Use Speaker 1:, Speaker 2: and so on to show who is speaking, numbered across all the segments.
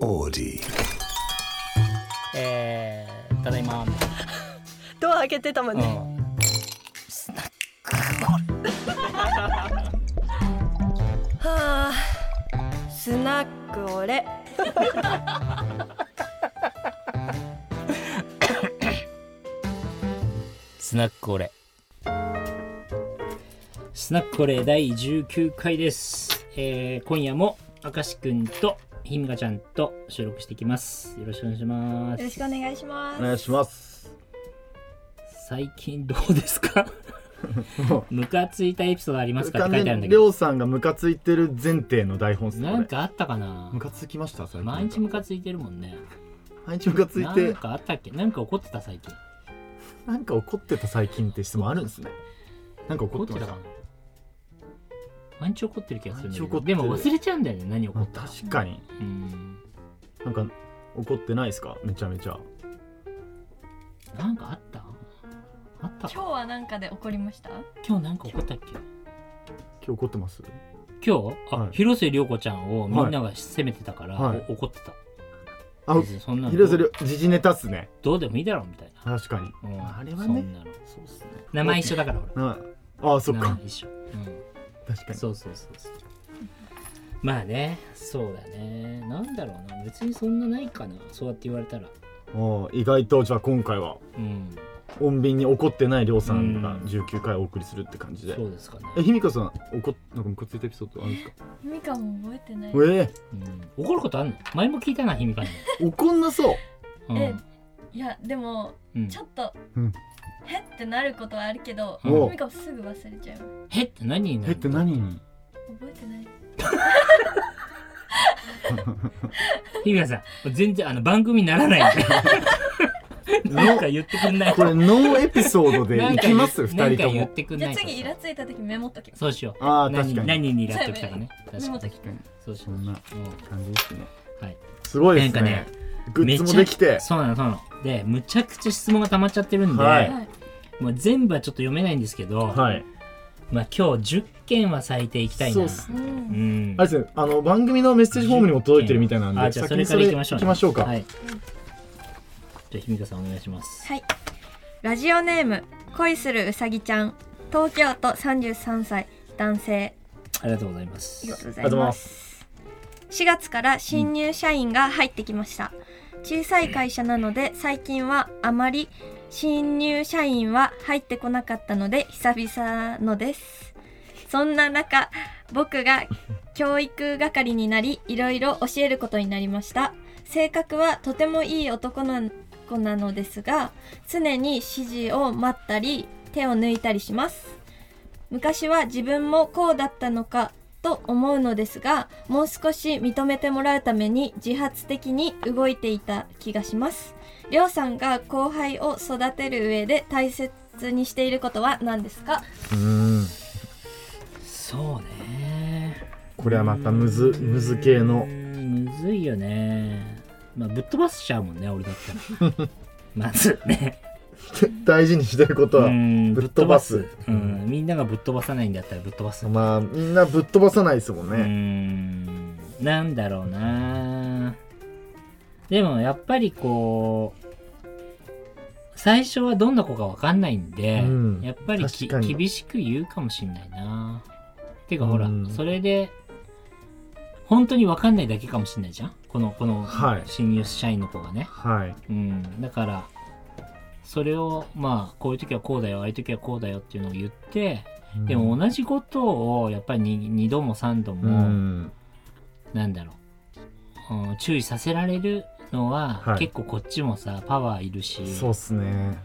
Speaker 1: オーディ
Speaker 2: えー、ただいま、
Speaker 3: ドア開けてたもん
Speaker 2: う
Speaker 3: ね、
Speaker 2: ん、
Speaker 3: はあスナックオレ
Speaker 2: スナックオレスナックオレ第19回です、えー、今夜も明石くんとひむかちゃんと収録していきますよろしくお願いしま
Speaker 3: よろし
Speaker 2: す
Speaker 3: くお願いしま
Speaker 4: お
Speaker 3: す
Speaker 4: 願いします。
Speaker 2: 最近どうです かムカついたエピソードありますかって書いてあるんだけ
Speaker 4: りょ
Speaker 2: ど
Speaker 4: うさんがムカついてる前提の台本っすね
Speaker 2: なん
Speaker 4: こ
Speaker 2: かあったかな
Speaker 4: れムカつきました最近
Speaker 2: 毎日ムカついてるもんね
Speaker 4: 毎日ムカつい
Speaker 2: なん
Speaker 4: て
Speaker 2: かあったっけなんか怒ってた最近
Speaker 4: なんか怒ってた最近って質問あるんですねなんか怒
Speaker 2: 怒
Speaker 4: っ
Speaker 2: ってて
Speaker 4: ましたた
Speaker 2: かな毎日怒ってる気がするんだけ
Speaker 4: 毎日
Speaker 2: ど
Speaker 4: 怒っ
Speaker 2: で
Speaker 4: てる
Speaker 2: も忘れちゃうんだよね何怒
Speaker 4: まあ
Speaker 2: ったか
Speaker 4: 確かに
Speaker 2: うん
Speaker 4: なんか怒ってないですかめちゃめちゃ
Speaker 2: なんかあったあった
Speaker 5: 今日はなんかで怒りました
Speaker 2: 今日なんか怒ったっけ
Speaker 4: 今日怒ってます
Speaker 2: 今日あ、
Speaker 4: はい
Speaker 2: 広瀬涼子ちゃんをみんなが責めてたから、
Speaker 4: はい
Speaker 2: お怒ってた
Speaker 4: あ
Speaker 2: 別にそんなの
Speaker 4: 広瀬涼時事ネタっすね
Speaker 2: どうでもいいだろみたい
Speaker 4: 確かに
Speaker 2: な、うん、
Speaker 4: あれは
Speaker 2: そ
Speaker 4: ね
Speaker 2: んなの
Speaker 4: そうっすね
Speaker 2: 名前一緒だから俺
Speaker 4: なああ そっ
Speaker 2: 名
Speaker 4: か
Speaker 2: 前一緒、うん
Speaker 4: 確かに
Speaker 2: そうそうそうそうまあねそうだねなんだろうな別にそんなないかなそうやって言われたら
Speaker 4: ああ意外とじゃあ今回は
Speaker 2: うん
Speaker 4: 穏便に怒ってないりょうさん
Speaker 2: う
Speaker 4: が
Speaker 2: ん
Speaker 4: 19回お送りするって感じで
Speaker 2: そうですかね、
Speaker 4: えひみかさん怒っなんかムカついたエピソードあるんですか
Speaker 5: ミカも覚えてない
Speaker 4: ええ
Speaker 2: うん、怒ることあんの前も聞いたな ひみかに、
Speaker 4: 怒んなそう
Speaker 2: うん
Speaker 5: えいやでも
Speaker 2: うん
Speaker 5: ちょっと、
Speaker 4: うん
Speaker 5: へってなることはあるけど
Speaker 2: お
Speaker 5: ミカすぐ忘れちゃう
Speaker 2: へって何にな
Speaker 4: え
Speaker 2: る
Speaker 4: って何に
Speaker 5: 覚えてない
Speaker 2: ひみかさん全然あの番組にならないん でなんか言ってくんない
Speaker 4: これノーエピソ ードでいきます
Speaker 2: なんか
Speaker 4: 二人と
Speaker 2: なんか言
Speaker 4: も
Speaker 2: ってくん
Speaker 5: じゃ
Speaker 2: な
Speaker 5: あ
Speaker 2: い
Speaker 5: 次イラついた時メモっとけ
Speaker 2: そうしよう
Speaker 4: ああ確
Speaker 2: 何
Speaker 4: かに
Speaker 2: 何にイラっときたかね確
Speaker 5: メ
Speaker 2: か
Speaker 5: モ
Speaker 2: に
Speaker 5: っとけ
Speaker 2: そうし
Speaker 4: そ
Speaker 2: よう、
Speaker 4: んな
Speaker 2: う
Speaker 4: 感じですね
Speaker 2: んはい
Speaker 4: すごいで
Speaker 2: なん
Speaker 4: す
Speaker 2: か
Speaker 4: ね
Speaker 2: ね
Speaker 4: グッズもでき
Speaker 2: めち
Speaker 4: て
Speaker 2: ゃそうなのそうなのでむちゃくちゃ質問が溜まっちゃってるんで、
Speaker 4: は
Speaker 5: はい
Speaker 2: まあ、全部はちょっと読めないんですけど、
Speaker 4: はい
Speaker 2: まあ、今日10件は最低いきたいな
Speaker 4: そうっす
Speaker 5: う
Speaker 2: うんん
Speaker 4: あれですねあの番組のメッセージフォームにも届いてるみたいなん
Speaker 2: あ
Speaker 4: で
Speaker 2: じゃあ
Speaker 4: 先
Speaker 2: それからい
Speaker 4: に
Speaker 2: きましょう、
Speaker 4: 行きましょうか
Speaker 2: はい
Speaker 5: うん
Speaker 2: じゃあひみかさんお願いします
Speaker 3: はいラジオネーム恋するうさぎちゃん東京都33歳男性
Speaker 2: ありがとうございま
Speaker 3: ありがと
Speaker 2: す
Speaker 3: うございます4月から新入社員が入ってきました、小さい会社なので最近はあまり新入社員は入ってこなかったので久々のですそんな中僕が教育係になりいろいろ教えることになりました性格はとてもいい男の子なのですが常に指示を待ったり手を抜いたりします昔は自分もこうだったのかと思うのですがもう少し認めてもらうために自発的に動いていた気がしますりょうさんが後輩を育てる上で大切にしていることは何ですか
Speaker 4: うーん
Speaker 2: そうね
Speaker 4: これはまたむずむず系の
Speaker 2: うんむずいよねまあぶっ飛ばしちゃうもんね俺だったら まずね
Speaker 4: 大事にしてること
Speaker 2: う
Speaker 4: は
Speaker 2: ん
Speaker 4: ぶっ飛ばす
Speaker 2: ぶっ飛ばうんみんながぶっ飛ばさないんだったらぶっ飛ばす
Speaker 4: まあみんなぶっ飛ばさないですもん
Speaker 2: う
Speaker 4: ね
Speaker 2: んなんだろうなでもやっぱりこう最初はどんな子かわかんないんで、
Speaker 4: うん
Speaker 2: やっぱりき
Speaker 4: 確かに
Speaker 2: 厳しく言うかもしんないなてかほら、
Speaker 4: うん
Speaker 2: それで本当にわかんないだけかもしんないじゃんこのこの
Speaker 4: はい
Speaker 2: 新入社員の子がね、
Speaker 4: はい
Speaker 2: うんだからそれをまあこういう時はこうだよああいう時はこうだよっていうのを言ってでも同じことをやっぱり 2, 度も3度
Speaker 4: う
Speaker 2: も、
Speaker 4: ん
Speaker 2: なんだろう、うん注意させられるのは、
Speaker 4: はい
Speaker 2: 結構こっちもさパワーいるし
Speaker 4: そうっすね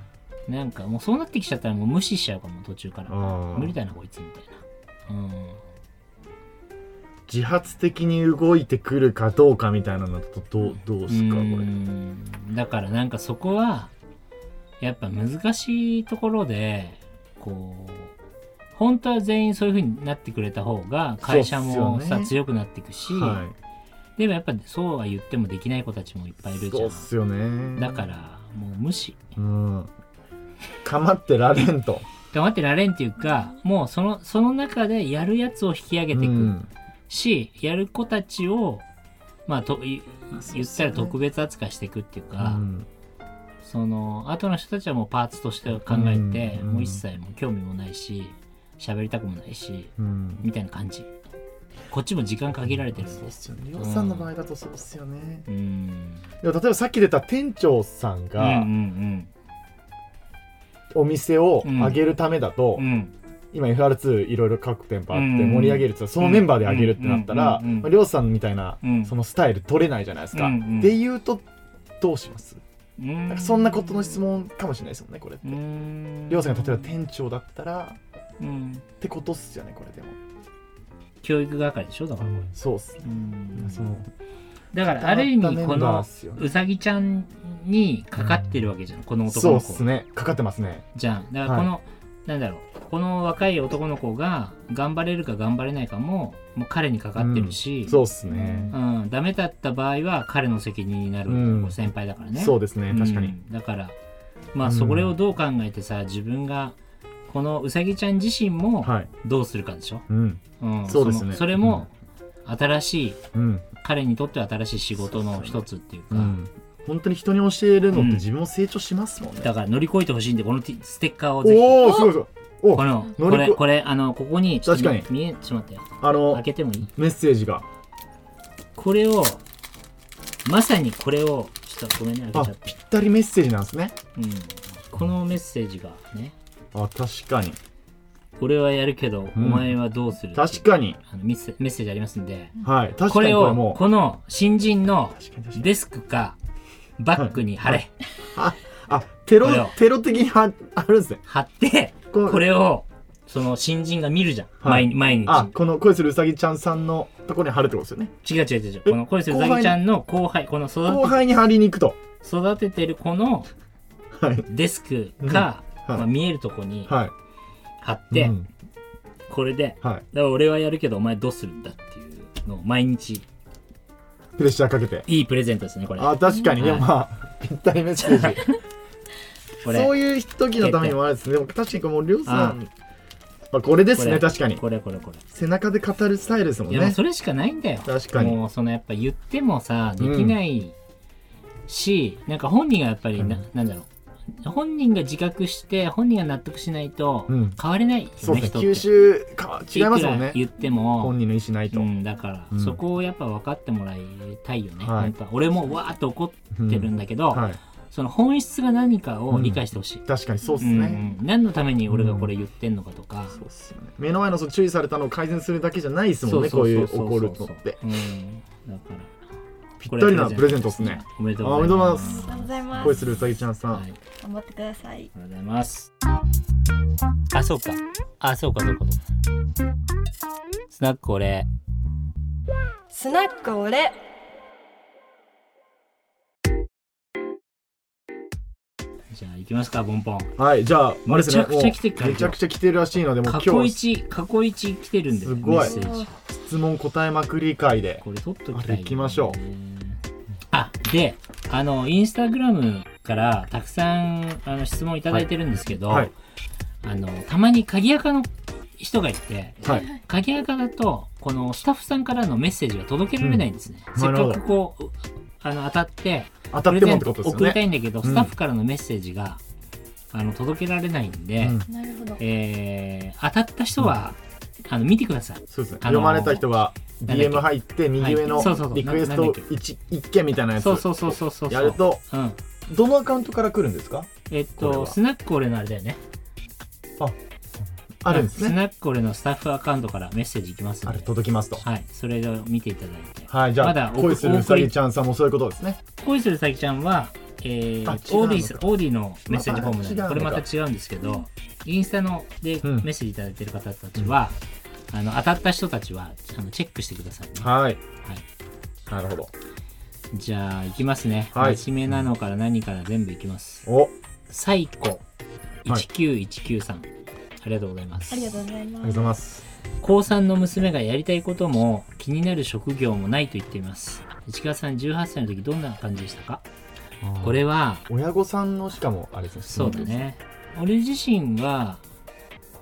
Speaker 2: なんかもうそうなってきちゃったらもう無視しちゃうかも途中から
Speaker 4: 無
Speaker 2: 無理だなこいつみたいなうん
Speaker 4: 自発的に動いてくるかどうかみたいなのだとどうどうすかこ
Speaker 2: う
Speaker 4: れ
Speaker 2: んだからなんかそこはやっぱ難しいところでこう本当は全員そういう風になってくれた方が会社
Speaker 4: そう
Speaker 2: も
Speaker 4: っす
Speaker 2: さ、
Speaker 4: よね
Speaker 2: 強くなっていくし、
Speaker 4: は
Speaker 2: でもやっぱそうは言ってもできない子たちもいっぱいいる
Speaker 4: い
Speaker 2: じ
Speaker 4: そ
Speaker 2: ゃ
Speaker 4: うっすよ
Speaker 2: ん
Speaker 4: ね
Speaker 2: だからもう無視
Speaker 4: うん構ってられんと
Speaker 2: 黙ってられんっていうかもうそのその中でやるやつを引き上げていく
Speaker 4: うん
Speaker 2: し、やる子たちをまあとい言ったら特別扱いしていくっていうか、
Speaker 4: うん
Speaker 2: その後の人たちはもうパーツとして考えて、
Speaker 4: うん
Speaker 2: もう一切もう興味もないし喋りたくもないし
Speaker 4: うん
Speaker 2: みたいな感じこっちも時間限られてるん
Speaker 4: そう
Speaker 2: で
Speaker 4: っ
Speaker 2: す
Speaker 4: すよね。りょうさんの場合だとそうっすよね。
Speaker 2: うん
Speaker 4: でも例えばさっき出た店長さん
Speaker 2: うん
Speaker 4: が
Speaker 2: うん
Speaker 4: お店を上げるためだと
Speaker 2: うんう、ん
Speaker 4: 今 FR2 いろいろ各店舗あっ
Speaker 2: うん
Speaker 4: て盛り上げるってそのメンバーで上げるってなったら、
Speaker 2: うんうんうんうん
Speaker 4: まあ、りょうさんみたいな
Speaker 2: うん
Speaker 4: そのスタイル取れないじゃないですか。
Speaker 2: うんうん
Speaker 4: で言うとどうします
Speaker 2: うん
Speaker 4: なんかそんなことの質問かもしれないですもんねこれって。
Speaker 2: 問
Speaker 4: りょうさんが例えば店長だったら
Speaker 2: うん
Speaker 4: ってことっすよねこれでも。
Speaker 2: 教育係でしょだからこれ、
Speaker 4: そうっすね。
Speaker 2: うん
Speaker 4: その
Speaker 2: だからある意味こ
Speaker 4: メンバー
Speaker 2: の
Speaker 4: っすよね
Speaker 2: うさぎちゃんにかかってるわけじゃん、この男
Speaker 4: そう
Speaker 2: の
Speaker 4: っ
Speaker 2: 子
Speaker 4: すねかかってますね。
Speaker 2: じゃんだからこの、なんだろうこの若い男の子が頑張れるか頑張れないかももう彼にかかってるし、
Speaker 4: そうっすね。
Speaker 2: うん、ダメだった場合は彼の責任になる、
Speaker 4: うん
Speaker 2: こう先輩だからね
Speaker 4: そう
Speaker 2: う
Speaker 4: ですね確かに。
Speaker 2: んだからまあ
Speaker 4: うん
Speaker 2: それをどう考えてさ自分がこのうさぎちゃん自身も
Speaker 4: はい。
Speaker 2: どうするかでしょ、
Speaker 4: うん
Speaker 2: うん
Speaker 4: そうですね
Speaker 2: のそれも新しい、
Speaker 4: うん
Speaker 2: 彼にとっては新しい仕事の一つっていうか
Speaker 4: うん。本当に人に教えるの
Speaker 2: う
Speaker 4: っ
Speaker 2: ん
Speaker 4: て自分も成長しますもんね。
Speaker 2: だから乗り越えてほしいんでこのティステッカーをぜひ
Speaker 4: おおすごいすごい。お
Speaker 2: こ
Speaker 4: ー
Speaker 2: の
Speaker 4: 乗
Speaker 2: こ
Speaker 4: り越
Speaker 2: れこれあのここにちょっと
Speaker 4: 確か
Speaker 2: 見えちょっと待ってよ
Speaker 4: あの
Speaker 2: 開けてもいい
Speaker 4: メッセージが
Speaker 2: これをまさにこれをちょっとごめんね開
Speaker 4: あ
Speaker 2: けちゃって
Speaker 4: ぴったりメッセージなんですね。
Speaker 2: うん、このメッセージがね
Speaker 4: あ確かに
Speaker 2: 俺はやるけど、
Speaker 4: うん
Speaker 2: お前はどうする
Speaker 4: 確かに
Speaker 2: あのメッセメッセージありますんで
Speaker 4: はい確
Speaker 2: こ
Speaker 4: かに
Speaker 2: れ
Speaker 4: これ
Speaker 2: を
Speaker 4: もう
Speaker 2: この新人の
Speaker 4: 確かに確かに
Speaker 2: デスクかバッグに貼れ
Speaker 4: あテロ
Speaker 2: これを
Speaker 4: テロ的にはあるんですね。
Speaker 2: 貼って
Speaker 4: こう
Speaker 2: これをその新人が見るじゃん、
Speaker 4: はい
Speaker 2: 毎毎
Speaker 4: あこの恋するうさぎちゃんさんのところに貼るってことですよね。
Speaker 2: 日違う違う違う違う
Speaker 4: え
Speaker 2: このこれうさぎちゃんの後輩この育
Speaker 4: 後輩に貼りに行くと。
Speaker 2: て育ててる子の
Speaker 4: はい
Speaker 2: デスクか、
Speaker 4: はい
Speaker 2: まあ、見えるとこに
Speaker 4: は
Speaker 2: 貼っ
Speaker 4: い。
Speaker 2: て、
Speaker 4: うん
Speaker 2: これで
Speaker 4: は
Speaker 2: だ
Speaker 4: い。
Speaker 2: から俺はやるけどお前どうするんだっていうのを毎日
Speaker 4: プレッシャーかけて。
Speaker 2: いいプレゼントですねこれ
Speaker 4: あ確かにね、
Speaker 2: はい
Speaker 4: まあぴったりメッセージ。
Speaker 2: これ
Speaker 4: そういう時のためにもあるんですね。でも確かにこのりょうさん、まあこれです
Speaker 2: こ
Speaker 4: ね
Speaker 2: れ
Speaker 4: 確かに。
Speaker 2: これこれこれ
Speaker 4: 背中で語るスタイルですもん
Speaker 2: いやもう
Speaker 4: ね。
Speaker 2: それしかないんだよ
Speaker 4: 確かに
Speaker 2: もうそのやっぱ言ってもさできないし、なんか本人がやっぱりな,、
Speaker 4: うん
Speaker 2: なんだろう本人が自覚して本人が納得しないと
Speaker 4: うん
Speaker 2: 変われないよね、
Speaker 4: そうです
Speaker 2: 人
Speaker 4: ね。
Speaker 2: って
Speaker 4: 吸収か違いますもん
Speaker 2: いくら
Speaker 4: ね。
Speaker 2: 言っても
Speaker 4: 本人の意思ないと。
Speaker 2: うん、だから、
Speaker 4: うん
Speaker 2: そこをやっぱ分かってもらいたいよね、
Speaker 4: はい
Speaker 2: やっぱ俺もわーっと怒ってるんだけど、
Speaker 4: はい。
Speaker 2: その本質が何かを理解してほしい、
Speaker 4: 確かにそうで
Speaker 2: う
Speaker 4: す
Speaker 2: ん
Speaker 4: ね。
Speaker 2: うん何のために俺がこれ言ってんのかとか、
Speaker 4: そうっすよね。目の前のそう注意されたのを改善するだけじゃないですもんね。こういう怒るのって。
Speaker 2: うんだから
Speaker 4: ぴったりなプレゼ
Speaker 2: で
Speaker 4: ントですね。。
Speaker 2: おめでとう
Speaker 4: あおめでとうございま
Speaker 5: りが
Speaker 4: す
Speaker 5: とうございます
Speaker 4: 恋するうさぎちゃんさ
Speaker 2: はい、あ
Speaker 4: ん
Speaker 2: り。
Speaker 5: 頑張ってください
Speaker 2: がとうございます。あ、そうか。あ、そうか、そうか、そうかスナック俺。
Speaker 5: スナック俺
Speaker 2: じゃあ、行きますか、ボンボン。
Speaker 4: はい、じゃあ、あれですね
Speaker 2: めちゃくちゃ来てるから
Speaker 4: もうめちゃくちゃ来てるらしいので、もう
Speaker 2: 過去
Speaker 4: 今日
Speaker 2: 一、過去一来てるんだよ、
Speaker 4: すごい
Speaker 2: メッセージ。
Speaker 4: 質問答えまくり会で。
Speaker 2: これ取っときたい、
Speaker 4: あれ行きましょう。
Speaker 2: あ、で、あの、インスタグラムからたくさんあの質問いただいてるんですけど、
Speaker 4: はい。
Speaker 2: あの、たまに鍵垢の人がいて、
Speaker 4: はい。
Speaker 2: 鍵垢だとこのスタッフさんからのメッセージが届けられないんですね、
Speaker 4: うん
Speaker 2: せっ
Speaker 4: なるほ
Speaker 2: か
Speaker 4: ど
Speaker 2: くこうあの当たって
Speaker 4: 当
Speaker 2: プ
Speaker 4: たっ
Speaker 2: レ
Speaker 4: て
Speaker 2: ゼ
Speaker 4: もっ
Speaker 2: ン
Speaker 4: て
Speaker 2: ト
Speaker 4: ことです
Speaker 2: 送
Speaker 4: よ
Speaker 2: りた
Speaker 4: ね。
Speaker 2: いんだけど、
Speaker 4: うん
Speaker 2: スタッフからのメッセージがあの届けられないんで、
Speaker 4: うん
Speaker 5: なるほど
Speaker 2: えー当たった人は、あの見てください
Speaker 4: そうですね。
Speaker 2: あの
Speaker 4: 読
Speaker 2: ー
Speaker 4: まれた人が
Speaker 2: なんだっけ
Speaker 4: DM 入って、右上
Speaker 2: は
Speaker 4: の
Speaker 2: いそうそうそう
Speaker 4: リクエス
Speaker 2: なな
Speaker 4: ト
Speaker 2: んだっ
Speaker 4: 一一件みたいなやつ
Speaker 2: そうそうそうそうそう
Speaker 4: やると、
Speaker 2: うん
Speaker 4: どのアカウントから来るんですか
Speaker 2: えっ
Speaker 4: これ
Speaker 2: と
Speaker 4: は
Speaker 2: スナック俺のあれだよね
Speaker 4: あるんです
Speaker 2: ス
Speaker 4: ね。
Speaker 2: ナック俺のスタッフアカウントからメッセージいきます
Speaker 4: あ
Speaker 2: の
Speaker 4: れ、
Speaker 2: で
Speaker 4: 届きますと。
Speaker 2: はいそれを見ていただいて
Speaker 4: はい、じゃ
Speaker 2: ま
Speaker 4: あ
Speaker 2: だ、お
Speaker 4: 恋するうさぎちゃんさんもそういうことですね。
Speaker 2: 恋するさきちゃんは、えー、オー
Speaker 4: あ違うのか
Speaker 2: ディスオーディのメッセージフォームなんで、
Speaker 4: また
Speaker 2: これまた違うんですけど、インスタのでメ
Speaker 4: うん
Speaker 2: ッセージいただいてる方たちは、あの当たった人たちはあのチェックしてくださいね。は
Speaker 4: はい。
Speaker 2: い、
Speaker 4: なるほど。
Speaker 2: じゃあ、いきますね。
Speaker 4: はい
Speaker 2: 真面目なのから何から全部いきます。
Speaker 4: お、
Speaker 2: サイコ
Speaker 4: はい
Speaker 2: 19193、ありがとうございます。
Speaker 5: ありがとうございま
Speaker 4: ありがとうご
Speaker 5: す
Speaker 4: ざいます。
Speaker 2: 高3の娘がやりたいことも気になる職業もないと言っています。市川さん、18歳の時どんな感じでしたかこ、れは、
Speaker 4: 親御さんのしかも、あれですね。
Speaker 2: そうだ。ね。俺自身は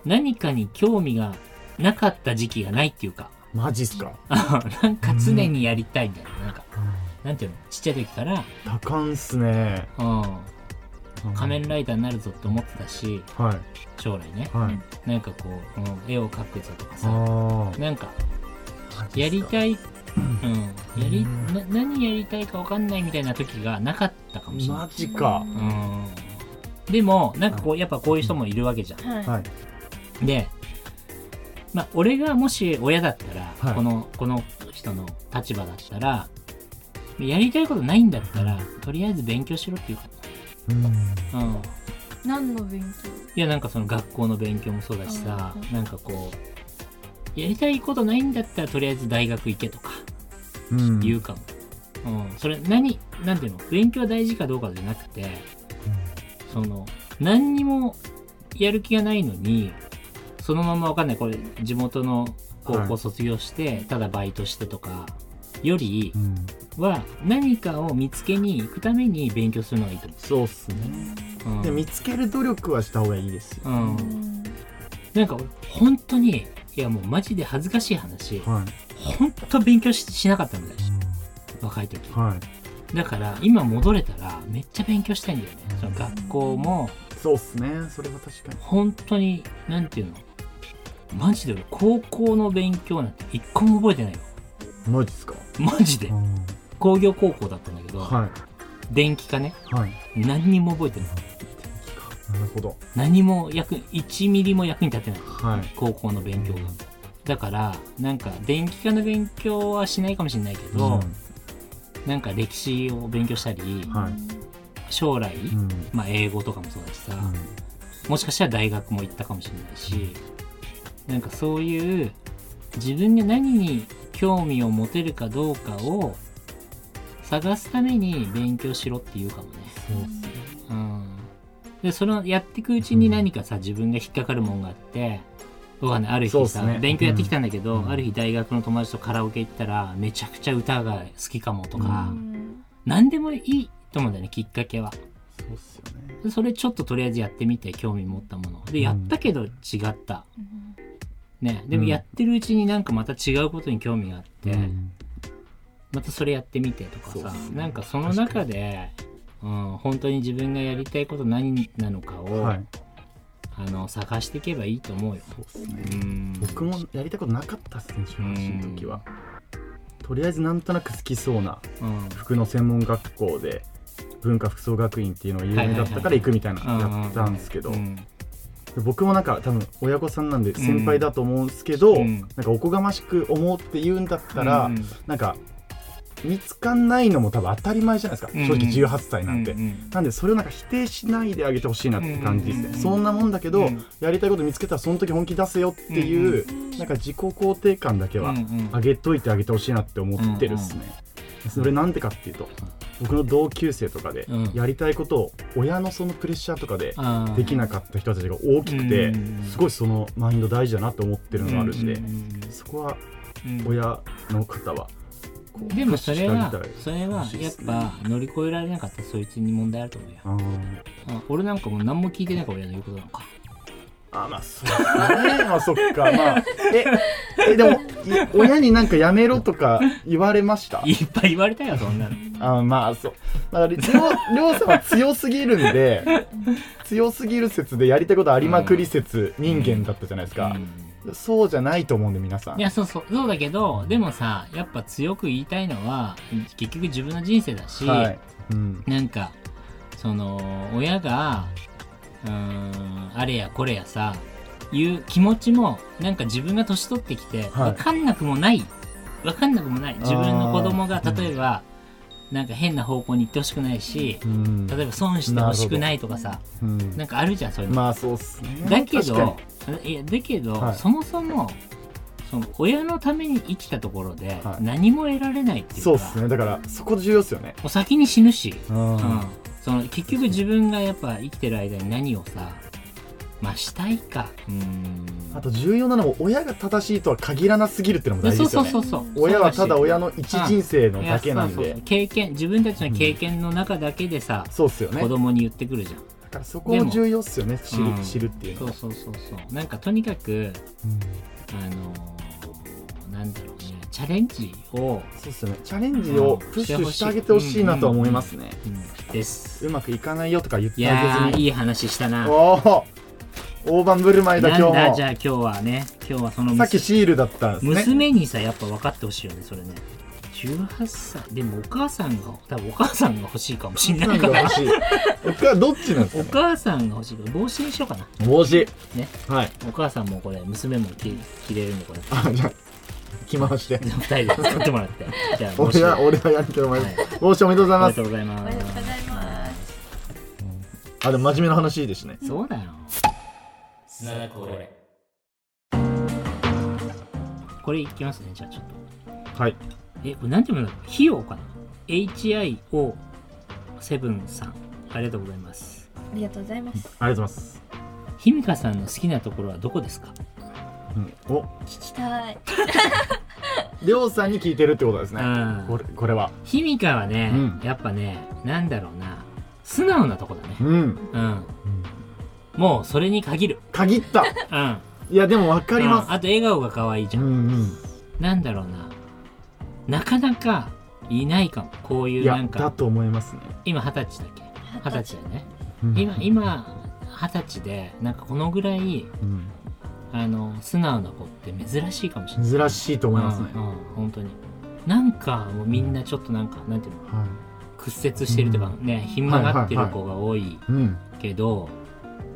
Speaker 2: 何かに興味がなかった時期がないっていうか、
Speaker 4: マジっすか。
Speaker 2: なんか常にやりたいんだよ、なんか。
Speaker 4: あ
Speaker 2: なんていうのちっちゃい時から、
Speaker 4: 多感っすね
Speaker 2: うん、仮面ライダーになるぞって思ってたし
Speaker 4: はい
Speaker 2: 将来ね
Speaker 4: はい
Speaker 2: なんかこう、うん絵を描くぞとかさ
Speaker 4: あ
Speaker 2: なんか
Speaker 4: あ
Speaker 2: やりたい、うん、やり
Speaker 4: うん
Speaker 2: な何やりたいか分かんないみたいな時がなかったかもしれない
Speaker 4: マジか
Speaker 2: うんでもなんかこうやっぱこういう人もいるわけじゃ
Speaker 3: はい
Speaker 4: はい
Speaker 2: ん。で、まあ、俺がもし親だったら、
Speaker 4: はい
Speaker 2: このこの人の立場だったらやりたいことないんだったらとりあえず勉強しろっていうか、
Speaker 4: うん
Speaker 2: うん、
Speaker 3: 何の勉強
Speaker 2: いやなんかその学校の勉強もそうだしさ、
Speaker 3: う
Speaker 2: なんかこうやりたいことないんだったらとりあえず大学行けとか
Speaker 4: うん
Speaker 2: 言うかも、うんそれ何なんていうの勉強大事かどうかじゃなくてその何にもやる気がないのにそのままわかんないこれ地元の高
Speaker 4: は
Speaker 2: 校
Speaker 4: い
Speaker 2: 卒業して、ただバイトしてとかより
Speaker 4: うん
Speaker 2: は何かを見つけに行くために勉強するのがいいと
Speaker 4: そうっすね
Speaker 2: 思う。うん
Speaker 4: で見つける努力はした方がいいですよ
Speaker 2: うんなんか俺本当にいやもうマジで恥ずかしい話
Speaker 4: はい
Speaker 2: 本当勉強ししなかったんだよ若い時
Speaker 4: は
Speaker 2: だから今戻れたらめっちゃ勉強したいんだよねその学校も
Speaker 4: いそうっすねそれは確かに
Speaker 2: 本当になんていうのマジで俺高校の勉強なんて一個も覚えてないよ
Speaker 4: マジっすか
Speaker 2: マジで工業高校だったんだけど、
Speaker 4: は
Speaker 2: 電気科ね
Speaker 4: いはい
Speaker 2: 何にも覚えてない
Speaker 4: なるほど
Speaker 2: 何も役1ミリも役に立てない
Speaker 4: はい
Speaker 2: 高校の勉強がだからなんか電気科の勉強はしないかもしれないけど、なんか歴史を勉強したり
Speaker 4: うんはい
Speaker 2: 将来、
Speaker 4: うん
Speaker 2: まあ、英語とかもそうだしさ、もしかしたら大学も行ったかもしれないしなんかそういう自分で何に興味を持てるかどうかを探すために勉強しろっていうかもね。
Speaker 4: そうっすね
Speaker 2: うん、でそのやっていくうちに何かさ自分が引っかかるもんがあってわかんないある
Speaker 4: そう
Speaker 2: 日
Speaker 4: っ
Speaker 2: さ、
Speaker 4: すね
Speaker 2: 勉強やってきたんだけど、
Speaker 4: うん
Speaker 2: ある日大学の友達とカラオケ行ったらめちゃくちゃ歌が好きかもとか、
Speaker 4: うん
Speaker 2: 何でもいいと思うんだよねきっかけは。
Speaker 4: そうっすよね
Speaker 2: でそれちょっととりあえずやってみて興味持ったもので
Speaker 4: うん
Speaker 2: やったけど違った、ねでも
Speaker 4: うん
Speaker 2: やってるうちになんかまた違うことに興味があって、
Speaker 4: うん
Speaker 2: またそれやってみてとか
Speaker 4: そう
Speaker 2: さ
Speaker 4: っすね
Speaker 2: なんかその中で、うん、本当に自分がやりたいこと何なのかを、
Speaker 4: はい
Speaker 2: あの探していけばいいと思うよ。
Speaker 4: そうっすね
Speaker 2: うん
Speaker 4: 僕もやりたいことなかったっすね中学生の時はとりあえずなんとなく好きそうな
Speaker 2: うん
Speaker 4: 服の専門学校で文化服装学院っていうのが有名だったから行くみたいな
Speaker 2: はいはいはい
Speaker 4: のやったんですけど
Speaker 2: うん
Speaker 4: で僕もなんか多分親御さんなんで先輩だと思うんですけど、
Speaker 2: うん
Speaker 4: なんかおこがましく思うって言うんだったら、
Speaker 2: うん
Speaker 4: なんか見つかんないのも多分当たり前じゃないですか、
Speaker 2: うん
Speaker 4: 正直18歳なんて、
Speaker 2: うんうん
Speaker 4: なんでそれをなんか否定しないであげてほしいなって感じですね、
Speaker 2: うん
Speaker 4: そんなもんだけど、
Speaker 2: うん
Speaker 4: やりたいこと見つけたらその時本気出せよっていう、なんか自己肯定感だけは
Speaker 2: うん
Speaker 4: 上げといてあげてほしいなって思ってるっすね、それなんでかっていうと僕の同級生とかで
Speaker 2: うん
Speaker 4: やりたいことを親のそのプレッシャーとかで
Speaker 2: あー
Speaker 4: できなかった人たちが大きくて、
Speaker 2: うん
Speaker 4: すごいそのマインド大事だなと思ってるのがあるんで、
Speaker 2: うんうんうん
Speaker 4: そこは
Speaker 2: うん
Speaker 4: 親の方はこう
Speaker 2: でもそれは
Speaker 4: してあげたい
Speaker 2: それはやっぱ乗り越えられなかったらそいつに問題あると思うよ、
Speaker 4: あー
Speaker 2: あ俺なんかもう何も聞いてないから親の言うことなのか
Speaker 4: あまあそうね まあそっかまあええ でもい親になんかやめろとか言われました
Speaker 2: いっぱい言われたよそんなの
Speaker 4: あまあそうまありょうりょうさんは強すぎるんで強すぎる説でやりたいことありまくり説人間だったじゃないですか
Speaker 2: う、ん
Speaker 4: そうじゃないと思うんで皆さん
Speaker 2: いやそうそうそうだけどでもさやっぱ強く言いたいのは結局自分の人生だし、
Speaker 4: はい、うん、
Speaker 2: なんかその親がうーんあれやこれやさいう気持ちもなんか自分が年取ってきて
Speaker 4: はい
Speaker 2: 分かんなくもない、分かんなくもない自分の子供が
Speaker 4: あー
Speaker 2: 例えば、なんか変な方向に行ってほしくないし、
Speaker 4: うん
Speaker 2: 例えば損してほしくないとかさ
Speaker 4: うん
Speaker 2: なんかあるじゃんそういうの、
Speaker 4: まあそうっすね
Speaker 2: だけ
Speaker 4: 確かに
Speaker 2: どいやだけど、
Speaker 4: はい
Speaker 2: そもそもその親のために生きたところで
Speaker 4: はい
Speaker 2: 何も得られないっていうか、
Speaker 4: そうっすねだからそこ重要っすよね
Speaker 2: もう先に死ぬし、
Speaker 4: うん
Speaker 2: うん、その結局自分がやっぱ生きてる間に何をさまあしたいかうん
Speaker 4: あと重要なのも親が正しいとは限らなすぎるってのも
Speaker 2: で
Speaker 4: 大事
Speaker 2: そう
Speaker 4: で
Speaker 2: そ
Speaker 4: すよ
Speaker 2: う
Speaker 4: ね
Speaker 2: そうそう
Speaker 4: 親はた
Speaker 2: そ
Speaker 4: だ
Speaker 2: うし
Speaker 4: 親の一人生の
Speaker 2: いや
Speaker 4: だけなん
Speaker 2: そうそう
Speaker 4: で
Speaker 2: 経験自分たちの経験の中だけでさ、
Speaker 4: そうっすよね
Speaker 2: 子供に言ってくるじゃん、
Speaker 4: だからそこも重要っすよね知る,、
Speaker 2: うん
Speaker 4: 知るっていう
Speaker 2: そ
Speaker 4: の
Speaker 2: う
Speaker 4: は
Speaker 2: そうそうそうなんかとにかくあのーなんだろうねチャレンジを、
Speaker 4: そうですよねチャレンジをプッシュしてあげてほしいなとは思いますね、
Speaker 2: うんです
Speaker 4: うまくいかないよとか言って
Speaker 2: い
Speaker 4: あ
Speaker 2: や
Speaker 4: げ
Speaker 2: ー
Speaker 4: ずに
Speaker 2: いい話したな
Speaker 4: おお大盤振る舞いだ
Speaker 2: な
Speaker 4: 今
Speaker 2: んだ
Speaker 4: 日
Speaker 2: じゃあ
Speaker 4: も
Speaker 2: 今日はね今日はその
Speaker 4: さっ
Speaker 2: 娘
Speaker 4: きシールだったんですね
Speaker 2: 娘にさやっぱ分かってほしいよねそれね18歳でもお母さんが多分お母さんが欲しいかもしんないか
Speaker 4: が
Speaker 2: ら
Speaker 4: 欲し い僕はどっちなんです
Speaker 2: お
Speaker 4: か、ね、
Speaker 2: 母さんが欲しいから帽子にしようかな
Speaker 4: 帽子
Speaker 2: ね
Speaker 4: はい
Speaker 2: お母さんもこれ娘も着着れるんでこれ
Speaker 4: あじゃあ着回して
Speaker 2: 二人で作ってもらって じゃあ帽子
Speaker 4: 俺は
Speaker 2: お
Speaker 4: 俺はやるけどお前
Speaker 2: はい
Speaker 4: 帽子おめでとうござい
Speaker 2: め
Speaker 4: ま
Speaker 2: ですとうございま
Speaker 3: おめでとうございます
Speaker 4: あでも真面目な話いいですね
Speaker 2: そうだよこれこれいきますねじゃあちょっと
Speaker 4: はい
Speaker 2: えこれなんて読むの費用かな HIO7 さんありがとうございます
Speaker 3: ありがとうございます
Speaker 4: ありがとうございます、
Speaker 2: ひみかさんの好きなところはどこですか
Speaker 4: うん、お
Speaker 3: 聞きたい
Speaker 4: りょうさんに聞いてるってことですね
Speaker 2: うん
Speaker 4: これこれは
Speaker 2: ひみかはね、
Speaker 4: うん
Speaker 2: やっぱねなんだろうな素直なとこだね
Speaker 4: うん
Speaker 2: うんもうそれに限る
Speaker 4: 限っ
Speaker 2: う
Speaker 4: た
Speaker 2: ん
Speaker 4: いやでも分かり
Speaker 2: うん
Speaker 4: ま
Speaker 2: あと笑顔が可愛いじ
Speaker 4: す
Speaker 2: ゃ、
Speaker 4: うんん
Speaker 2: なんだろうななかなかいないかもこう
Speaker 4: うん
Speaker 2: い
Speaker 4: いう
Speaker 2: な
Speaker 4: や
Speaker 2: ん
Speaker 4: だ
Speaker 2: か
Speaker 4: と思いますね
Speaker 2: 今二十歳だっけ二十歳だよね
Speaker 4: うん
Speaker 2: 今今二十歳でなんかこのぐらい
Speaker 4: うん
Speaker 2: あの素直な子って珍しいかもしれない
Speaker 4: 珍しいと思いますね
Speaker 2: うんうん本当になんかもうみんなちょっとなんかなんていうの
Speaker 4: は
Speaker 2: 屈折してるとか
Speaker 4: う
Speaker 2: ねひん曲がってる子が多い
Speaker 4: いうん
Speaker 2: けど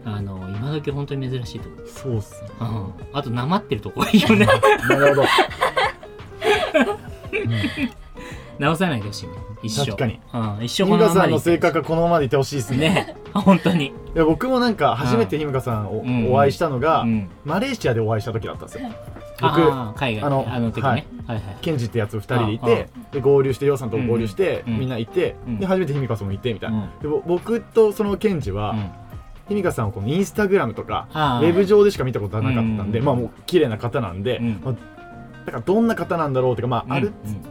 Speaker 2: あの今時本当に珍しいと思う
Speaker 4: そうっすね
Speaker 2: うんあとなまってるとこ多いよね
Speaker 4: な るほど
Speaker 2: 直さないでほしいね一生
Speaker 4: 確かに
Speaker 2: うん一
Speaker 4: 日
Speaker 2: 生この
Speaker 4: 向
Speaker 2: まま
Speaker 4: さん
Speaker 2: でい
Speaker 4: の
Speaker 2: て
Speaker 4: 性格はこのままでいてほしいですね
Speaker 2: ね本当に
Speaker 4: いや僕もなんか初めて日向さんを
Speaker 2: うん
Speaker 4: お会いしたのが、
Speaker 2: うん
Speaker 4: マレーシアでお会いした時だったんですよ僕
Speaker 2: あー海外
Speaker 4: あの
Speaker 2: あの時ね、
Speaker 4: は
Speaker 2: はいい、はいはい
Speaker 4: ケンジってやつ2人でい
Speaker 2: ああ
Speaker 4: てで合流してりょうさんと合流して、
Speaker 2: うんうん
Speaker 4: みんないて、
Speaker 2: うん
Speaker 4: で初めてひみかさんもいてみたいな、
Speaker 2: うん
Speaker 4: でぼ僕とそのケンジは、
Speaker 2: うん
Speaker 4: ひみかさんをこのインスタグラムとかウ
Speaker 2: あー
Speaker 4: ェブ上でしか見たことはなかったんで、
Speaker 2: うん
Speaker 4: まあもう綺麗な方なんで、
Speaker 2: うん
Speaker 4: まあだからどんな方なんだろうっていうかまあ、ある
Speaker 2: うん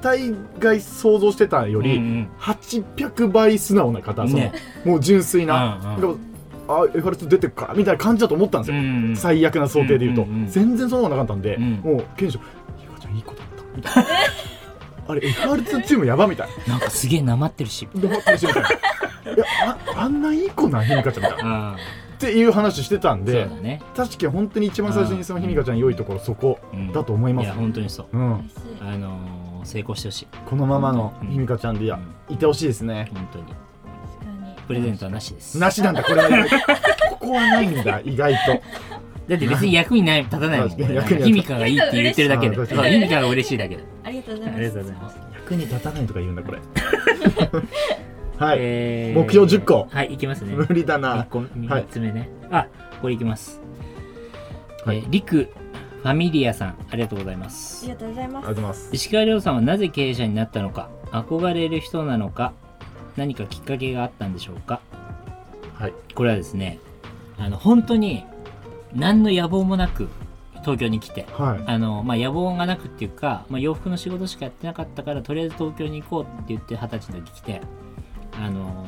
Speaker 4: 大概想像してたより、
Speaker 2: うんうん
Speaker 4: 800倍素直な方その、
Speaker 2: ね
Speaker 4: もう純粋な、
Speaker 2: うんうん
Speaker 4: だからあエファレスト出てくからみたいな感じだと思ったんですよ、
Speaker 2: うんうん
Speaker 4: 最悪な想定で言うと、
Speaker 2: うんうんうん
Speaker 4: 全然そうなのなかったんで、
Speaker 2: うん
Speaker 4: もう賢秀ひかちゃんいい子だったみたいなあれ FR2 チームやばみたい
Speaker 2: なんかすげえなまってるし。
Speaker 4: なで楽しいみたいないやああんないい子なんひみかちゃんみたいな
Speaker 2: あ
Speaker 4: っていう話してた
Speaker 2: あ、
Speaker 4: ん
Speaker 2: そう
Speaker 4: で
Speaker 2: だね。
Speaker 4: 確かに本当に一番最初にそのひみかちゃん良いところそこ
Speaker 2: うん
Speaker 4: だと思いま
Speaker 2: い
Speaker 4: す
Speaker 2: や、、本当にそう。
Speaker 4: うん、
Speaker 3: 嬉しい
Speaker 2: あのー、成功してほしい。
Speaker 4: このままのひみかちゃんでいや
Speaker 2: うん
Speaker 4: いてほしいですね
Speaker 2: 本当に。
Speaker 3: 確かに
Speaker 2: プレゼントはなしです。
Speaker 4: なしなんだこれは ここはないんだ意外と
Speaker 2: だって別に役にない立たないもん。
Speaker 4: 確かに
Speaker 2: これ
Speaker 4: 役に立たない
Speaker 2: ヒミカがいいって言ってるだけで。
Speaker 4: あ
Speaker 2: そ
Speaker 4: ー
Speaker 2: う
Speaker 4: 確かに
Speaker 2: ヒミカが嬉しいだ けで。
Speaker 3: ありがとうご
Speaker 2: あ
Speaker 3: ざいます
Speaker 2: りがとうございます。
Speaker 4: 役に立たないとか言う んだこれはい、
Speaker 2: え
Speaker 4: 目標10個
Speaker 2: はい、いきますね。
Speaker 4: 無理だな
Speaker 2: 1個、3つ目ね。あ、これいきます。えー、リク、ファミリアさん、ありがとうございま
Speaker 3: あ
Speaker 2: す
Speaker 3: り。がとうござい
Speaker 4: あ
Speaker 3: ま
Speaker 4: り
Speaker 3: す
Speaker 4: がとうございます
Speaker 2: 石川亮さんはなぜ経営者になったのか憧れる人なのか何かきっかけがあったんでしょうか
Speaker 4: はい
Speaker 2: これはですねあの本当に何の野望もなく東京に来て
Speaker 4: はい
Speaker 2: あの、まあ、野望がなくっていうか、まあ、洋服の仕事しかやってなかったからとりあえず東京に行こうって言って二十歳の時来てあの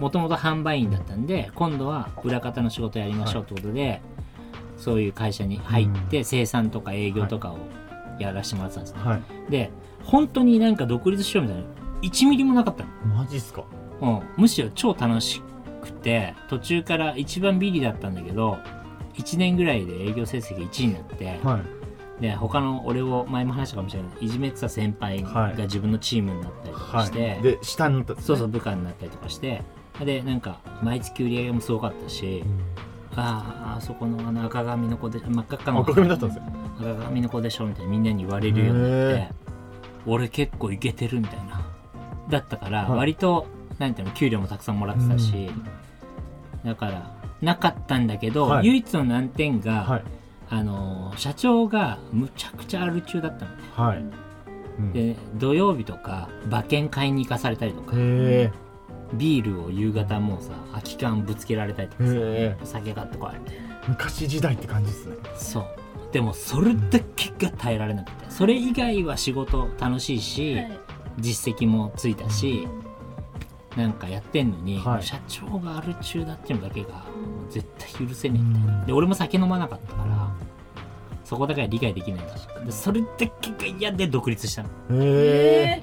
Speaker 2: もともと販売員だったんで今度は裏方の仕事やりましょうってことで、そういう会社に入って生産とか営業とかをやらせてもらってたんですね、
Speaker 4: はい
Speaker 2: で本当になんか独立しようみたいな1ミリもなかった
Speaker 4: マジっすか
Speaker 2: の、うん、むしろ超楽しくて途中から一番ビリだったんだけど1年ぐらいで営業成績1位になって、
Speaker 4: はい
Speaker 2: で他の俺を前も話したかもしれないいじめてた先輩
Speaker 4: は
Speaker 2: が
Speaker 4: い
Speaker 2: 自分のチームになったりとかして、
Speaker 4: はいで下に立つ
Speaker 2: そうそう部下になったりとかしてでなんか毎月売り上げもすごかったし、あーあそこのあの赤髪の子で真っ赤っかの
Speaker 4: 赤髪だったんですよ
Speaker 2: 赤髪の子でしょみたいなみんなに言われるようになっ
Speaker 4: へ
Speaker 2: て俺結構いけてるみたいなだったから
Speaker 4: はい
Speaker 2: 割と、なんていうの給料もたくさんもらってたし、だからなかったんだけど、
Speaker 4: はい
Speaker 2: 唯一の難点が、
Speaker 4: はい
Speaker 2: あのー社長がむちゃくちゃアル中だったのね
Speaker 4: はい、うんへ
Speaker 2: で土曜日とか馬券買いに行かされたりとか
Speaker 4: え
Speaker 2: ビールを夕方もうさ空き缶ぶつけられたりとかさ
Speaker 4: へー
Speaker 2: お酒買ってこいみたいな。
Speaker 4: 昔時代って感じっすね
Speaker 2: そうでもそれだけが耐えられなくてそれ以外は仕事楽しいし、
Speaker 3: はい
Speaker 2: 実績もついたしなんかやってんのに、
Speaker 4: はい
Speaker 2: 社長がある中だっていうのだけがもう絶対許せねえみたいなで俺も酒飲まなかったからそこだけは理解できないのでそれだけが嫌で独立したの
Speaker 4: へえ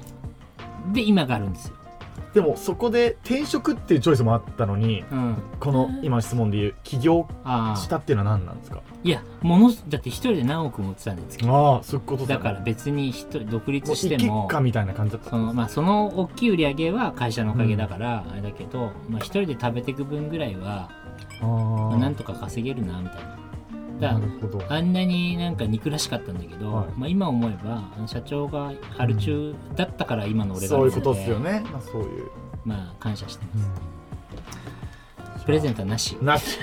Speaker 2: で今があるんですよ、
Speaker 4: でもそこで転職っていうチョイスもあったのに
Speaker 2: うん、
Speaker 4: この今の質問で言う起業
Speaker 2: あ
Speaker 4: し
Speaker 2: あ
Speaker 4: たっていうのは何なんですか
Speaker 2: いやものすだって一人で何億も売ってたんですけど
Speaker 4: ああそういうこと
Speaker 2: だから
Speaker 4: 別
Speaker 2: 別に一人独立
Speaker 4: にし
Speaker 2: して
Speaker 4: て
Speaker 2: も
Speaker 4: も果みたいな感じだった
Speaker 2: そのまあ、その大きい売り上げは会社のおかげだからあれだけど、まあ、一人で食べていく分ぐらいは、
Speaker 4: あ
Speaker 2: まあ
Speaker 4: あ
Speaker 2: なんとか稼げるなみたいな。だ
Speaker 4: な
Speaker 2: か
Speaker 4: るほど
Speaker 2: らあんなになんか憎らしかったんだけど、
Speaker 4: はい
Speaker 2: まあ、今思えばあの社長が春中だったから今の俺があ
Speaker 4: そう
Speaker 2: る
Speaker 4: い
Speaker 2: の
Speaker 4: うことですよね、まあ、そういう、
Speaker 2: まあ感謝してます、プレゼントはなし、
Speaker 4: なし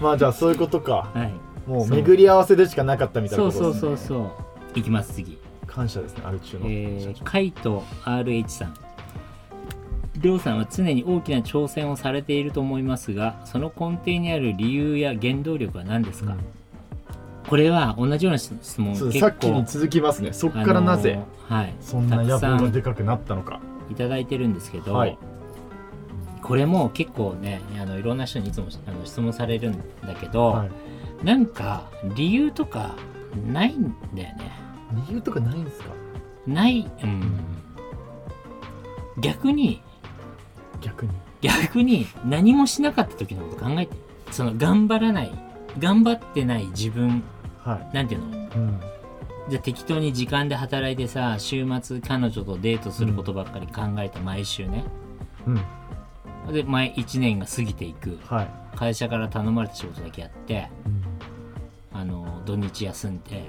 Speaker 4: まあじゃあそういうことか
Speaker 2: はい、
Speaker 4: もう巡り合わせでしかなかったみたい
Speaker 2: そ
Speaker 4: なこ
Speaker 2: う
Speaker 4: とです
Speaker 2: そ
Speaker 4: ね
Speaker 2: うそうそういきます次
Speaker 4: 感謝ですねアル中の
Speaker 2: え
Speaker 4: 社
Speaker 2: ー
Speaker 4: 長、
Speaker 2: カイト RH さん。りょうさんは常に大きな挑戦をされていると思いますが、その根底にある理由や原動力は何ですか、これは同じような質問
Speaker 4: そう
Speaker 2: 結構
Speaker 4: さっきに続きますねそっからなぜ、、
Speaker 2: あのーはい、
Speaker 4: そんな野
Speaker 2: たく
Speaker 4: 望
Speaker 2: さ
Speaker 4: が
Speaker 2: ん
Speaker 4: でかくなったのか
Speaker 2: いただいてるんですけど、
Speaker 4: はい
Speaker 2: これも結構ねあのいろんな人にいつもあの質問されるんだけど、
Speaker 4: はい
Speaker 2: なんか理由とかないんだよね。
Speaker 4: 理由とかないんですか
Speaker 2: ない、うん、逆に
Speaker 4: 逆に
Speaker 2: 逆に何もしなかった時のこと考えてその頑張らない頑張ってない自分
Speaker 4: はい、
Speaker 2: なんていうの
Speaker 4: うん、
Speaker 2: じゃあ適当に時間で働いてさ週末彼女とデートすることばっかり考えて毎週ね、
Speaker 4: うん
Speaker 2: で前1年が過ぎていく
Speaker 4: はい、
Speaker 2: 会社から頼まれた仕事だけやって
Speaker 4: うん
Speaker 2: あの土日休んで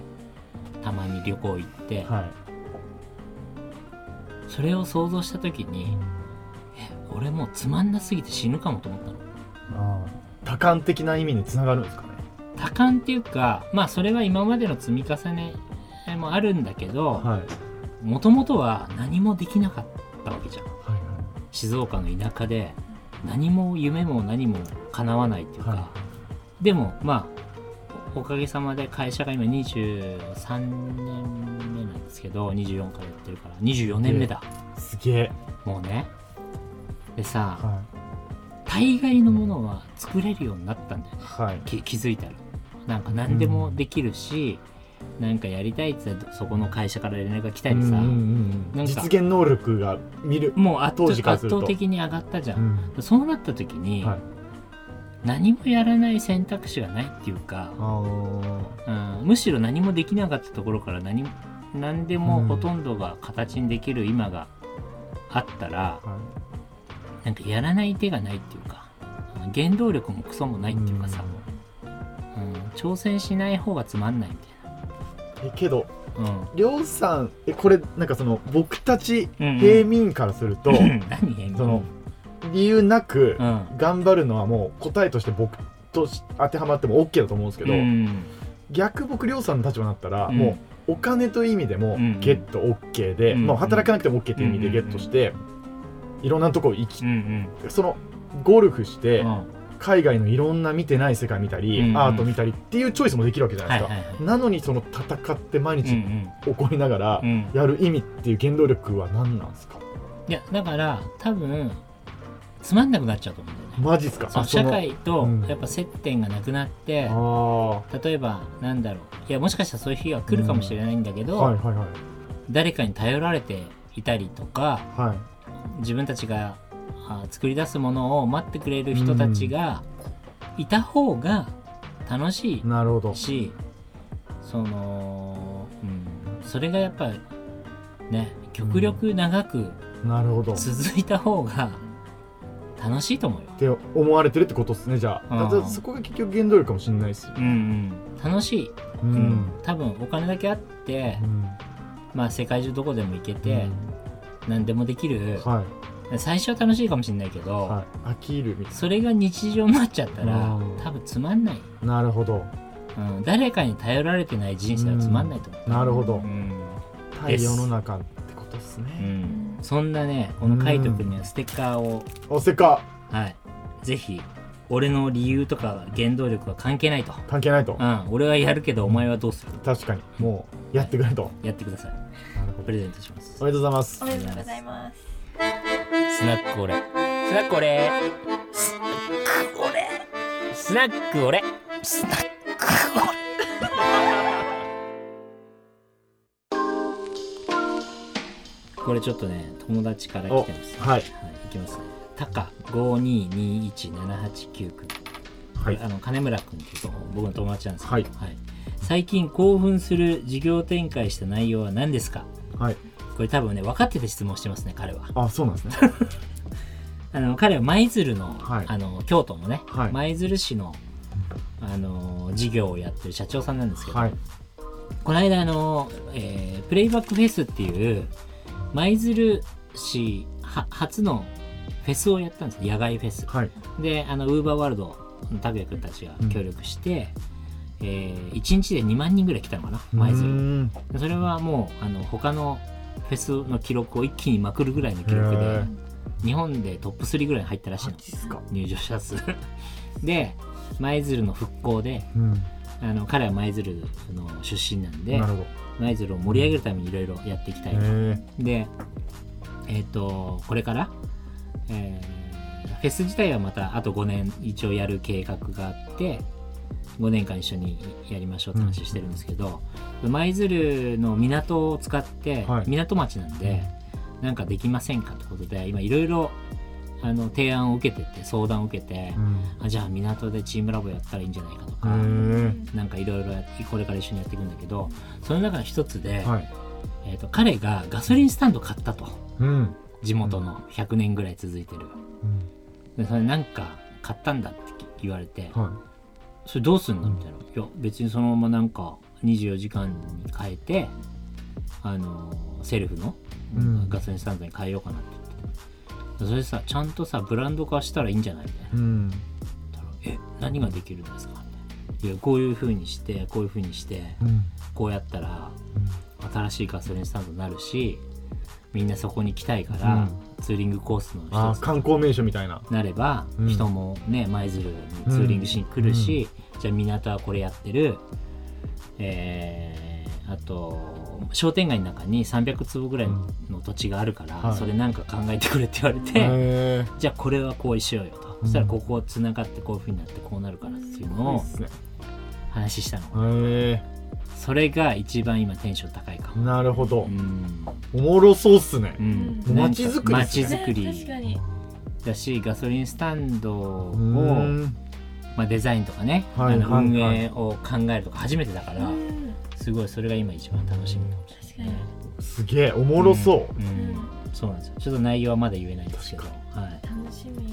Speaker 2: たまに旅行行って、
Speaker 4: はい
Speaker 2: それを想像した時にえ俺もうつまんなすぎて死ぬかもと思ったの
Speaker 4: あー多感的な意味につながるんですかね
Speaker 2: 多感っていうかまあそれは今までの積み重ねもあるんだけど
Speaker 4: はい
Speaker 2: もともとは何もできなかったわけじゃん
Speaker 4: はい
Speaker 2: 静岡の田舎で何も夢も何も叶わないっていうか、
Speaker 4: は
Speaker 2: でもまあおおかげさまで会社が今23年目なんですけど24からやってるから24年目だ、
Speaker 4: すげえ、
Speaker 2: もうねでさ
Speaker 4: は
Speaker 2: 大概のものは作れるようになったんだよね
Speaker 4: いはい、
Speaker 2: き気づいたらなんか何でもできるし、なんかやりたいって言ったらそこの会社から連絡が来たりさ、
Speaker 4: うんうんうん
Speaker 2: なんか
Speaker 4: 実現能力が見る、
Speaker 2: もう圧
Speaker 4: 当時
Speaker 2: 倒
Speaker 4: から
Speaker 2: 圧
Speaker 4: すると
Speaker 2: 倒的に上がったじゃ、
Speaker 4: うんん
Speaker 2: そうなった時に、
Speaker 4: はい、
Speaker 2: 何もやらない選択肢がないっていうか、
Speaker 4: あー
Speaker 2: うん、むしろ何もできなかったところから何も何でもほとんどが形にできる今があったら、
Speaker 4: は
Speaker 2: なんかやらない手がないっていうかうん原動力もクソもないっていうかさ、うん挑戦しない方がつまんないみ
Speaker 4: いえけど
Speaker 2: たいな。うん
Speaker 4: りょうさんえこれなんかその僕たち
Speaker 2: うんうん
Speaker 4: 平民からする と、
Speaker 2: 何変
Speaker 4: その理由なく
Speaker 2: うん
Speaker 4: 頑張るのはもう答えとして僕とし当てはまっても OK だと思うんですけど、
Speaker 2: うん
Speaker 4: 逆僕りょうさんの立場になったら、
Speaker 2: うん
Speaker 4: もうお金という意味でも
Speaker 2: うん
Speaker 4: ゲット OK で、
Speaker 2: うん
Speaker 4: まあ、働かなくても OK という意味でゲットして、いろんなとこ行き、
Speaker 2: うんうん
Speaker 4: そのゴルフして、
Speaker 2: うん
Speaker 4: 海外のいろんな見てない世界見たり、
Speaker 2: うんうん
Speaker 4: アート見たりっていうチョイスもできるわけじゃな
Speaker 2: はいい
Speaker 4: で
Speaker 2: は
Speaker 4: す
Speaker 2: い
Speaker 4: か、
Speaker 2: はい
Speaker 4: なのにその戦って毎
Speaker 2: うんう
Speaker 4: 日
Speaker 2: ん
Speaker 4: 怒りながら
Speaker 2: うん
Speaker 4: やる意味っていう原動力は何なんですか
Speaker 2: いやだから多分つまんなくなっちゃうと思うんだよね
Speaker 4: マジっすか
Speaker 2: その
Speaker 4: あ
Speaker 2: 社
Speaker 4: の
Speaker 2: 会と
Speaker 4: うん
Speaker 2: やっぱ接点がなくなって
Speaker 4: あ
Speaker 2: 例えばなんだろういやもしかしたらそういう日が来るかもしれないんだけ
Speaker 4: あ
Speaker 2: ど、
Speaker 4: はいはいはい
Speaker 2: 誰かに頼られていたりとか
Speaker 4: はい
Speaker 2: 自分たちがあ作り出すものを待ってくれる人たちがいた方が楽しい
Speaker 4: なるほど
Speaker 2: しその、うん、それがやっぱね極力長く
Speaker 4: なるほどっ
Speaker 2: 続いた方が楽しいと思うよ。
Speaker 4: て思われてるってことですねじゃあ
Speaker 2: うん
Speaker 4: だってそこが結局原動力かもしれないですよ
Speaker 2: うんうん、楽しい、
Speaker 4: う
Speaker 2: うん
Speaker 4: ん
Speaker 2: 多分お金だけあって、まあ、世界中どこでも行け
Speaker 4: で
Speaker 2: て、何でもできる、
Speaker 4: はい
Speaker 2: 最初は楽しいかもしれないけど、
Speaker 4: はい飽きるみたい
Speaker 2: それが日常になっちゃったら、
Speaker 4: うん
Speaker 2: 多分つまんない、
Speaker 4: ななるほど
Speaker 2: うん、誰かに頼られてない人生はつまんないと思う。
Speaker 4: なるほど
Speaker 2: うん
Speaker 4: 対世の中ってことです
Speaker 2: う
Speaker 4: ね
Speaker 2: ん、そんなねこのカイト君にはステッカーを、
Speaker 4: おせっか
Speaker 2: はいぜひ俺の理由とか原動力は関係ないと、
Speaker 4: 関係ないと
Speaker 2: うん、俺はやるけどお前はどうする
Speaker 4: 確かにもうやってくれと
Speaker 2: やってください
Speaker 4: なるほ
Speaker 2: プ
Speaker 4: ど
Speaker 2: レゼントします
Speaker 4: おめでとうございます
Speaker 5: おめでとうございます
Speaker 2: スナックオレスナックオレスナックオレスナックオレスナックオレこれちょっとね友達から
Speaker 4: お
Speaker 2: 来てます、
Speaker 4: は
Speaker 2: は
Speaker 4: い
Speaker 2: い、いきますねタカ5221789くん
Speaker 4: はい
Speaker 2: あの金村君っていうと僕の友達なんですけど、
Speaker 4: はい
Speaker 2: 最近興奮する事業展開した内容は何ですか
Speaker 4: はい
Speaker 2: これ多分ね分かってて質問してますね彼は
Speaker 4: あそうなんで すね
Speaker 2: あの彼は舞鶴の,、
Speaker 4: はい
Speaker 2: あの京都のね、
Speaker 4: はい
Speaker 2: 舞鶴市のあの事業をやってる社長さんなんですけど、
Speaker 4: はい
Speaker 2: この間あの、えープレイバックフェスっていう舞鶴市は初のフェスをやったんです野外フェス
Speaker 4: はい
Speaker 2: であのウーバーワールドの拓也君たちが協力して、え1日で2万人ぐらい来たのかな舞
Speaker 4: うー
Speaker 2: 鶴
Speaker 4: ん
Speaker 2: でそれはもうあの他のフェスの記録を一気にまくるぐらいの記録
Speaker 4: へ
Speaker 2: で
Speaker 4: ー
Speaker 2: 日本でトップ3ぐらいに入ったらしい
Speaker 4: マ
Speaker 2: の
Speaker 4: ジっすか
Speaker 2: 入場者数 で舞鶴の復興で
Speaker 4: うん
Speaker 2: あの彼は舞鶴の出身なんで
Speaker 4: なるほど
Speaker 2: 舞鶴を盛り上げるためにいろいろやっていきたいと
Speaker 4: え
Speaker 2: でえっ、とこれから、えーフェス自体はまたあと5年一応やる計画があって5年間一緒にやりましょうって話してるんですけど舞鶴の港を使って、
Speaker 4: はい
Speaker 2: 港町なんでなんかできませんかってことで今いろいろあの提案を受けてて相談を受けて、あじゃあ港でチームラボやったらいいんじゃないかとか、
Speaker 4: うん
Speaker 2: なんかいろいろやこれから一緒にやっていくんだけどその中の一つで、
Speaker 4: へえはい
Speaker 2: えー、と彼がガソリンスタンド買ったと
Speaker 4: うん
Speaker 2: 地元の100年ぐらい続いてる
Speaker 4: うん
Speaker 2: でそれなんか買ったんだって言われて
Speaker 4: は
Speaker 2: それどうすんのみたいな「いや別にそのままなんか24時間に変えてあのーセルフの
Speaker 4: うん
Speaker 2: ガソリンスタンドに変えようかな」って言っててそれさちゃんとさブランド化したらいいんじゃないみたいない
Speaker 4: うん
Speaker 2: 言ったら「え何ができるんですか?」みたいな「いやこういう風にしてこういう風にして
Speaker 4: うん
Speaker 2: こうやったら新しいガソリンスタンドになるしみんなそこに来たいから、
Speaker 4: う
Speaker 2: ツーリングコースの
Speaker 4: あ
Speaker 2: 一
Speaker 4: ー
Speaker 2: つ
Speaker 4: 観光名所みたいな
Speaker 2: になれば、
Speaker 4: うん
Speaker 2: 人もね舞鶴にツーリングしに来るし、じゃあ港はこれやってるえーあと商店街の中に300坪ぐらいの土地があるから、
Speaker 4: はい
Speaker 2: それなんか考えてくれって言われて、
Speaker 4: へー
Speaker 2: じゃあこれはこうしようよと、
Speaker 4: うん
Speaker 2: そしたらここをつながってこういうふうになってこうなるからっていうの
Speaker 4: いい
Speaker 2: を
Speaker 4: っすね
Speaker 2: 話したの、
Speaker 4: へ
Speaker 2: それが一番今テンション高いか
Speaker 4: え
Speaker 2: も。
Speaker 4: なるほど
Speaker 2: うん
Speaker 4: おもろそうっすね
Speaker 2: うん
Speaker 4: うん街づくり
Speaker 2: な
Speaker 4: っ
Speaker 2: んか
Speaker 4: す
Speaker 2: 街
Speaker 4: ね
Speaker 2: づく
Speaker 5: ね確か
Speaker 2: り
Speaker 5: に
Speaker 2: だしガソリンスタンドを、
Speaker 4: うーん
Speaker 2: まあ、デザインとかね、
Speaker 4: はい
Speaker 2: あの
Speaker 4: はい
Speaker 2: 運営を考えるとか初めてだから、
Speaker 5: うん
Speaker 2: すごいそれが今一番楽しみかもしれないね
Speaker 4: すげえおもろそう
Speaker 2: うん、うんそうなんですよちょっと内容はまだ言えないんですけど、はい、
Speaker 5: 楽しみ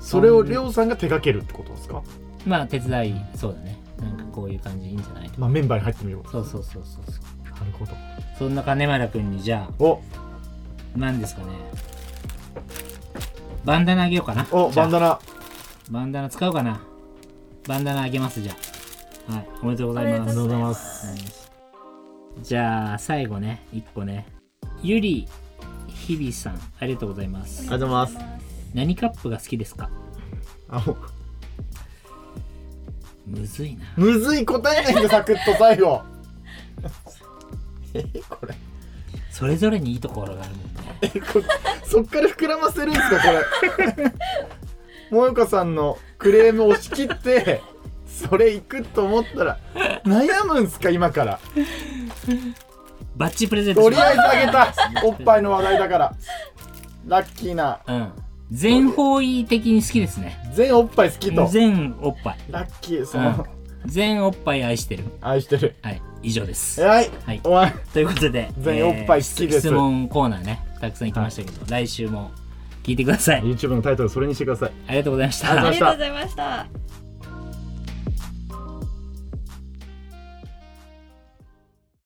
Speaker 4: それをりょうさんが手掛けるってことですか
Speaker 2: まあ手伝いそうだねなんかこういう感じいいんじゃないとか
Speaker 4: まあメンバーに入ってみよう
Speaker 2: そうそうそうそうそう
Speaker 4: なるほど
Speaker 2: そんな金丸君にじゃ
Speaker 4: お
Speaker 2: あ何ですかねバンダナあげようかな
Speaker 4: お
Speaker 2: じゃあ
Speaker 4: バンダナ
Speaker 2: バンダナ使うかなバンダナあげますじゃあはいおめでとうござい
Speaker 5: お
Speaker 2: ま
Speaker 5: めで
Speaker 2: す
Speaker 5: とうございます
Speaker 2: はいじゃあ最後ね1個ねゆりひびさんありがとうございます
Speaker 4: ありがとうございます
Speaker 2: 何カップが好きですか
Speaker 4: あもう
Speaker 2: むずいな
Speaker 4: むずい答えないでサクッと最 後えこれ
Speaker 2: それぞれにいいところがあるもんね
Speaker 4: えこそっから膨らませるんですかこれもよかさんのクレーム押し切ってそれいくと思ったら悩むんすか今から
Speaker 2: バッチプレゼント
Speaker 4: と
Speaker 2: し
Speaker 4: り
Speaker 2: ます
Speaker 4: あえずあげたおっぱいの話題だからラッキーな
Speaker 2: うん全方位的に好きですね
Speaker 4: 全おっぱい好きと
Speaker 2: 全おっぱい
Speaker 4: ラッキーその、
Speaker 2: 全おっぱい愛してる
Speaker 4: 愛してる
Speaker 2: はい以上です
Speaker 4: 偉い、
Speaker 2: はい
Speaker 4: お前
Speaker 2: ということで
Speaker 4: 全おっぱい好きです
Speaker 2: 質問コーナーねたくさん行きましたけど、来週も聞いてください
Speaker 4: YouTube のタイトルそれにしてください
Speaker 2: ありがとうございまし
Speaker 4: ありがとうございました
Speaker 5: ありがとうございました